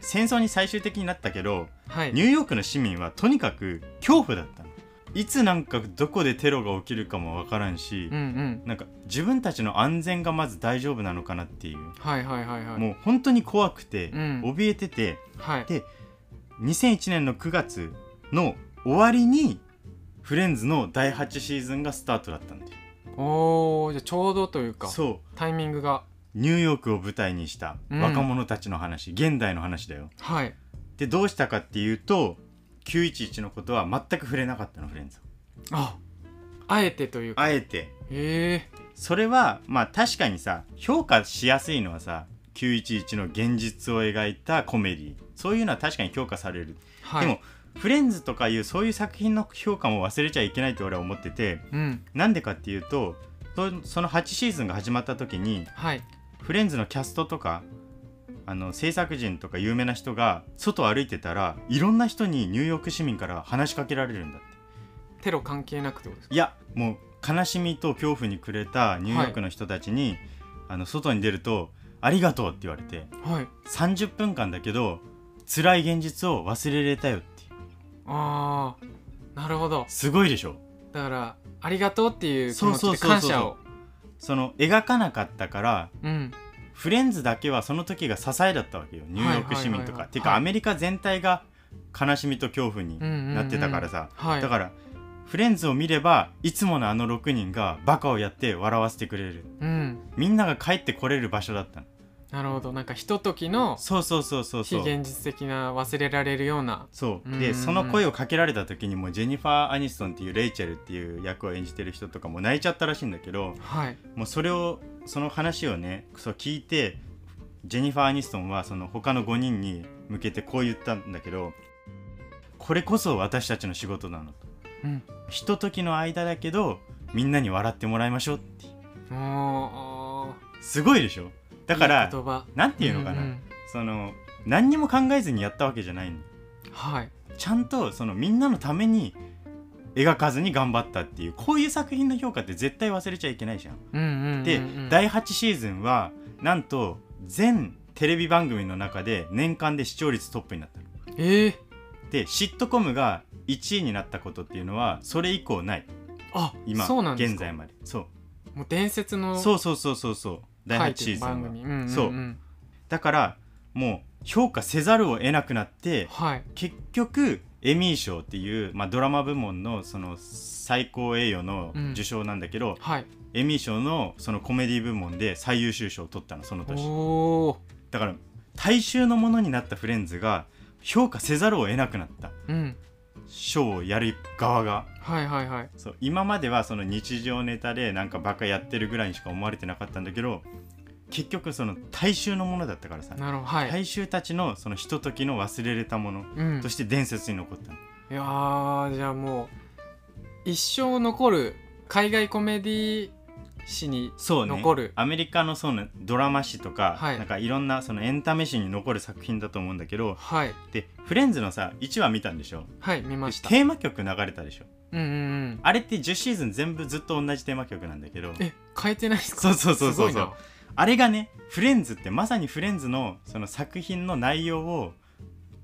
B: 戦争に最終的になったけど
A: はい
B: ニューヨークの市民はとにかく恐怖だったのいつなんかどこでテロが起きるかもわからんし、
A: うんうん
B: なんか自分たちの安全がまず大丈夫なのかなっていう、
A: はいはいはいはい
B: もう本当に怖くて、
A: うん
B: 怯えてて
A: はい
B: で2001年の9月の終わりにフレンズの第8シーズンがスタートだったんだよ
A: おーじゃあちょうどというか
B: そう
A: タイミングが
B: ニューヨークを舞台にした若者たちの話、現代の話だよ
A: はい
B: でどうしたかっていうと911のことは全く触れなかったのフレンズは
A: ああえてというか
B: あえて
A: へ
B: それはまあ確かにさ評価しやすいのはさ911の現実を描いたコメディそういうのは確かに評価される、
A: えはい
B: でもフレンズとかいうそういう作品の評価も忘れちゃいけないと俺は思ってて
A: うん
B: なんでかっていうとそその8シーズンが始まった時に
A: はい
B: フレンズのキャストとかあの制作人とか有名な人が外を歩いてたらいろんな人にニューヨーク市民から話しかけられるんだって
A: テロ関係なくってことですか
B: いやもう悲しみと恐怖に暮れたニューヨークの人たちに、あの外に出ると「ありがとう」って言われて
A: はい
B: 30分間だけど辛い現実を忘れれたよっていう
A: ああなるほど
B: すごいでしょ
A: だからありがとうっていう気
B: そう
A: 持ち
B: そう
A: で
B: そうそ
A: 感
B: う
A: 謝を
B: その描かなかったから
A: うん
B: フレンズだけはその時が支えだったわけよニューヨーク市
A: はい
B: 民と
A: はいはいは
B: か
A: い
B: てかアメリカ全体が悲しみと恐怖に
A: うんうんうん
B: なってたからさ、
A: はい
B: だからフレンズを見ればいつものあの6人がバカをやって笑わせてくれる
A: うん
B: みんなが帰ってこれる場所だったの
A: なるほどなんかひとときの
B: そうそうそうそう
A: 非
B: そう
A: 現実的な忘れられるような
B: そう
A: うんうんう
B: で
A: ん
B: その声をかけられた時にもうジェニファー・アニストンっていうレイチェルっていう役を演じてる人とかも泣いちゃったらしいんだけど
A: はい
B: もうそれをその話をねそう聞いてジェニファー・アニストンはその他の5人に向けてこう言ったんだけどこれこそ私たちの仕事なのと
A: うん
B: ひとときの間だけどみんなに笑ってもらいましょうっていう
A: おー
B: すごいでしょだから
A: いい言葉
B: なんていうのかな、
A: んん
B: その何にも考えずにやったわけじゃないの
A: はい
B: ちゃんとそのみんなのために描かずに頑張ったっていうこういう作品の評価って絶対忘れちゃいけないじゃん。
A: うんうんうんうん
B: で、第8シーズンはなんと全テレビ番組の中で年間で視聴率トップになったの
A: えー、
B: でシットコムが1位になったことっていうのはそれ以降ない
A: あ
B: 今
A: そうなんです
B: 現
A: か
B: 在までそう
A: もう伝説の
B: そうそうそうそうそう第
A: 書い
B: 8
A: て
B: シー
A: る
B: ズンは
A: 番組、うんうんうん、
B: そうだからもう評価せざるを得なくなって
A: はい
B: 結局エミー賞っていう、まあ、ドラマ部門のその最高栄誉の受賞なんだけど、
A: はい
B: エミー賞のそのコメディ部門で最優秀賞を取ったのその
A: お
B: 年
A: お
B: だから大衆のものになったフレンズが評価せざるを得なくなった
A: ーうん
B: 賞をやる側が
A: はいはいはい
B: そう今まではその日常ネタでなんかバカやってるぐらいにしか思われてなかったんだけど結局その大衆のものだったからさ
A: なるほどはい、
B: 大衆たちのそのひとときの忘れれたもの
A: うん
B: として伝説に残ったの、
A: いやーじゃあもう一生残る海外コメディ史に
B: そうね
A: 残る
B: アメリカのそのドラマ誌とか、
A: はい
B: なんかいろんなそのエンタメ誌に残る作品だと思うんだけど
A: はい
B: でフレンズのさ1話見たんでしょ
A: はい見
B: で
A: ました
B: テーマ曲流れたでしょ
A: うんうんうん
B: あれって10シーズン全部ずっと同じテーマ曲なんだけど
A: え変えてないですか
B: そうそうそうそう
A: すごいな
B: あれがねフレンズってまさにフレンズのその作品の内容を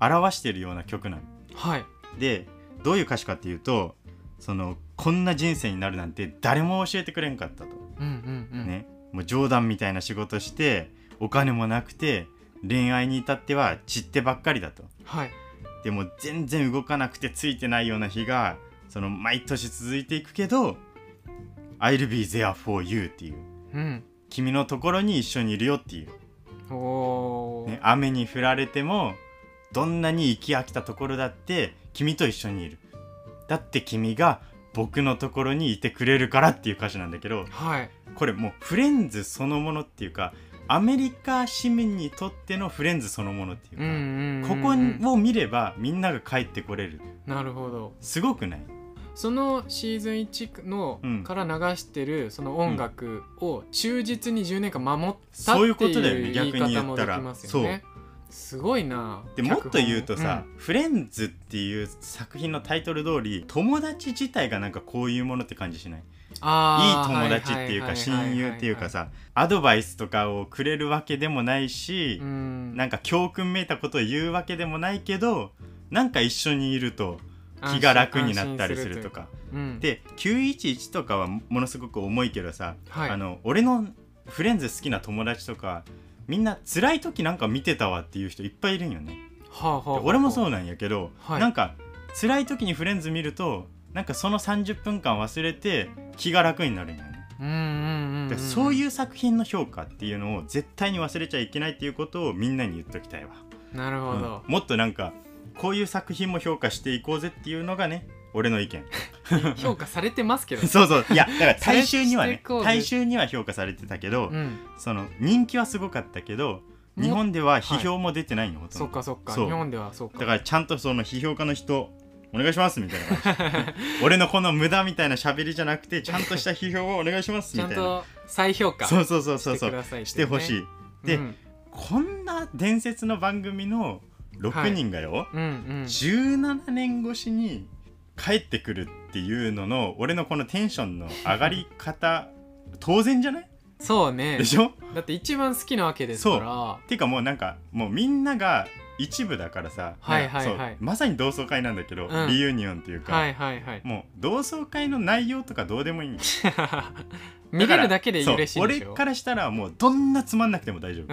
B: 表してるような曲なの
A: はい
B: でどういう歌詞かっていうとそのこんな人生になるなんて誰も教えてくれんかったと
A: うんうんうん、
B: ね、もう冗談みたいな仕事してお金もなくて恋愛に至っては散ってばっかりだと
A: はい
B: でもう全然動かなくてついてないような日がその毎年続いていくけど「I'll be there for you」っていう
A: うん
B: 君のところに一緒にいるよっていう、
A: おおー、
B: ね、雨に降られてもどんなに行き飽きたところだって君と一緒にいるだって君が僕のところにいてくれるからっていう歌詞なんだけど
A: はい
B: これもうフレンズそのものっていうかアメリカ市民にとってのフレンズそのものっていう
A: うんうん
B: か、
A: うんうん
B: ここを見ればみんなが帰ってこれる
A: なるほど
B: すごくない
A: そのシーズン1の、
B: うん
A: から流してるその音楽を忠実に10年間守ったっ
B: そういう
A: て
B: ことだよね
A: いう言い
B: 逆に
A: 方
B: 言
A: も
B: った
A: で
B: ら
A: きますよねすごいな
B: でもっと言うとさ、フレンズっていう作品のタイトル通り友達自体がなんかこういうものって感じしないいい友達っていうか親友っていうか、さアドバイスとかをくれるわけでもないし
A: 脚、本
B: なんか教訓めいたことを言うわけでもないけどなんか一緒にいると気が楽になったりすると、か
A: うんうんうん、
B: で911とかはものすごく重いけどさ、
A: はい
B: あの俺のフレンズ好きな友達とかみんな辛い時なんか見てたわっていう人いっぱいいるんよね。
A: はあはあはあ
B: 俺もそうなんやけど、
A: はい
B: なんか辛い時にフレンズ見るとなんかその30分間忘れて気が楽になるんよね。
A: うんうんうん、う
B: で
A: ん、
B: そういうう作品の評価っていうのを絶対に忘れちゃいけないっていうことをみんなに言っときたいわ、
A: なるほど
B: うん、もっとなんかこういう作品も評価していこうぜっていうのがね俺の意見
A: 評価されてますけどね、
B: そうそういやだから大衆には
A: して
B: ね
A: いこうぜ
B: 大衆には評価されてたけど、
A: うん、
B: その人気はすごかったけど
A: も
B: 日本では批評も出てないの、ほとん
A: そ
B: ど
A: っかそっか
B: そう
A: 日本ではそうか
B: だからちゃんとその批評家の人お願いしますみたいな感 じ俺のこの無駄みたいな喋りじゃなくてちゃんとした批評をお願いします
A: ち
B: み
A: ゃん
B: たいな
A: と再評価
B: そうそうそうそう
A: し
B: そ
A: てく
B: う
A: ださいっ
B: してほしい、
A: ね
B: で
A: うん
B: こんな伝説の番組の6人がよ、
A: うんうん
B: 17年越しに帰ってくるっていうのの俺のこのテンションの上がり方当然じゃない
A: そうね
B: でしょ
A: だって一番好きなわけですから
B: っていうかもうなんかもうみんなが一部だからさ、
A: はいはいはい
B: なんかそうまさに同窓会なんだけど、
A: うん
B: リユニオンっていうか、
A: はいはい はい
B: もう同窓会の内容とかどうでもいいんです
A: 見れるだけで嬉しいんでし
B: そう
A: ょ
B: 俺からしたらもうどんなつまんなくても大丈夫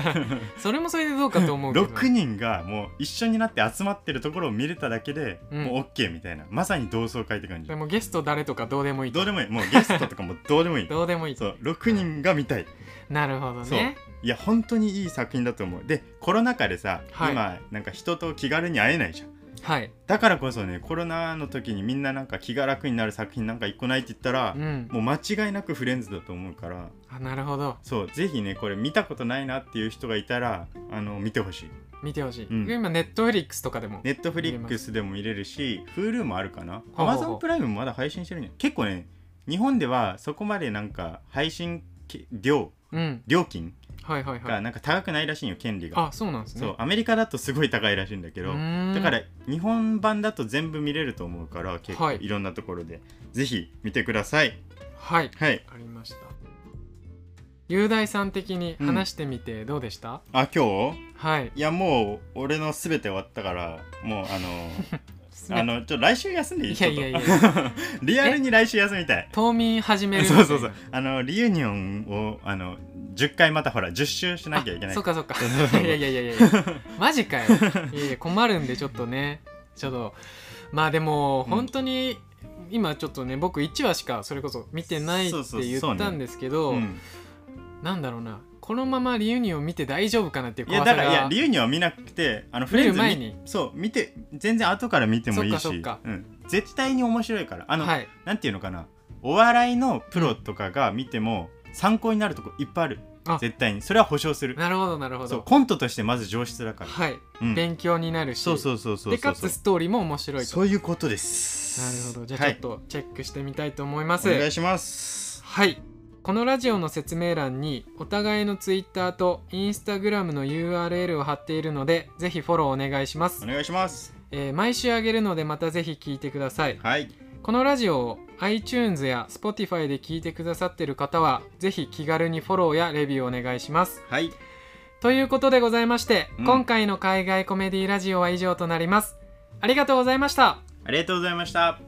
A: それもそれでどうかと思うけど
B: 6人がもう一緒になって集まってるところを見れただけで、
A: うん
B: もう OK みたいなまさに同窓会って感じ
A: でもゲスト誰とかどうでもいいと
B: どうでもいいもうゲストとかもどうでもいい
A: どうでもいいと
B: そう6人が見たい
A: なるほどね
B: いや本当にいい作品だと思うでコロナ禍でさ、
A: はい
B: 今なんか人と気軽に会えないじゃん
A: はい
B: だからこそねコロナの時にみんななんか気が楽になる作品なんか一個ないって言ったら、
A: うん
B: もう間違いなくフレンズだと思うから
A: あなるほど
B: そうぜひねこれ見たことないなっていう人がいたらあの見てほしい
A: 見てほしい
B: うん
A: 今ネットフリックスとかでも
B: ネットフリックスでも見れるし Hulu もあるかな
A: ほうほう
B: Amazon プライムもまだ配信してるね結構ね日本ではそこまでなんか配信き料
A: うん
B: 料金
A: はいはいは
B: が
A: い
B: なんか高くないらしいんよ権利が、
A: あそうなんですね
B: そうアメリカだとすごい高いらしいんだけど
A: うーん
B: だから日本版だと全部見れると思うから結構
A: はい
B: いろんなところで、ぜひ見てください
A: はい
B: はい
A: ありました雄大さん的に話してみてどうでした、
B: あ今日
A: はい
B: いやもう俺の全て終わったからもうあ のあのちょっと来週休んでいい
A: いやいやいや
B: ちょっと リアルに来週休みたい
A: 冬眠始めるみたい
B: そ
A: な
B: うそうそうあのリユニオンをあの10回またほら10周しなきゃいけな
A: あ
B: い
A: そっかそっか
B: そうそうそ う
A: いやいやいやいやマジかよいやいや困るんでちょっとねちょっとまあでも
B: うん
A: 本当に、今ちょっとね僕1話しかそれこそ見てないっ
B: そうそう
A: て言ったんですけど、
B: うん
A: なんだろうなこのままリユニオン見て大丈夫かなっていう
B: い
A: 怖
B: や
A: さ
B: だ
A: が
B: からいやリユニオンは見なくてあのフ
A: 見
B: レ
A: る
B: ンズ
A: 前
B: 見
A: に
B: そう見て全然後から見てもいいし
A: そっかそっか
B: うん、絶対に面白いからあの、
A: はい
B: なんていうのかなお笑いのプロとかが見ても参考になるとこいっぱいある
A: あ
B: 絶対にそれは保証する
A: なるほどなるほ
B: そう
A: ど
B: コントとしてまず上質だから、
A: はい、
B: うん、
A: 勉強になるし
B: そうそうそうそう
A: で
B: そ
A: か
B: う
A: つストーリーも面白いと
B: そういうことで
A: なる
B: す
A: ほどじゃあちょっ
B: は
A: とチェックしてみたいと思います、
B: い、お願いします
A: はいこのラジオの説明欄にお互いの Twitter と Instagram の URL を貼っているのでぜひフォローお願いします
B: お、願いします
A: えー毎週あげるのでまたぜひ聞いてください
B: はい
A: このラジオを iTunes や Spotify で聞いてくださってる方はぜひ気軽にフォローやレビューお願いします
B: はい
A: ということでございまして、
B: うん
A: 今回の海外コメディラジオは以上となりますありがとうございました
B: ありがとうございました。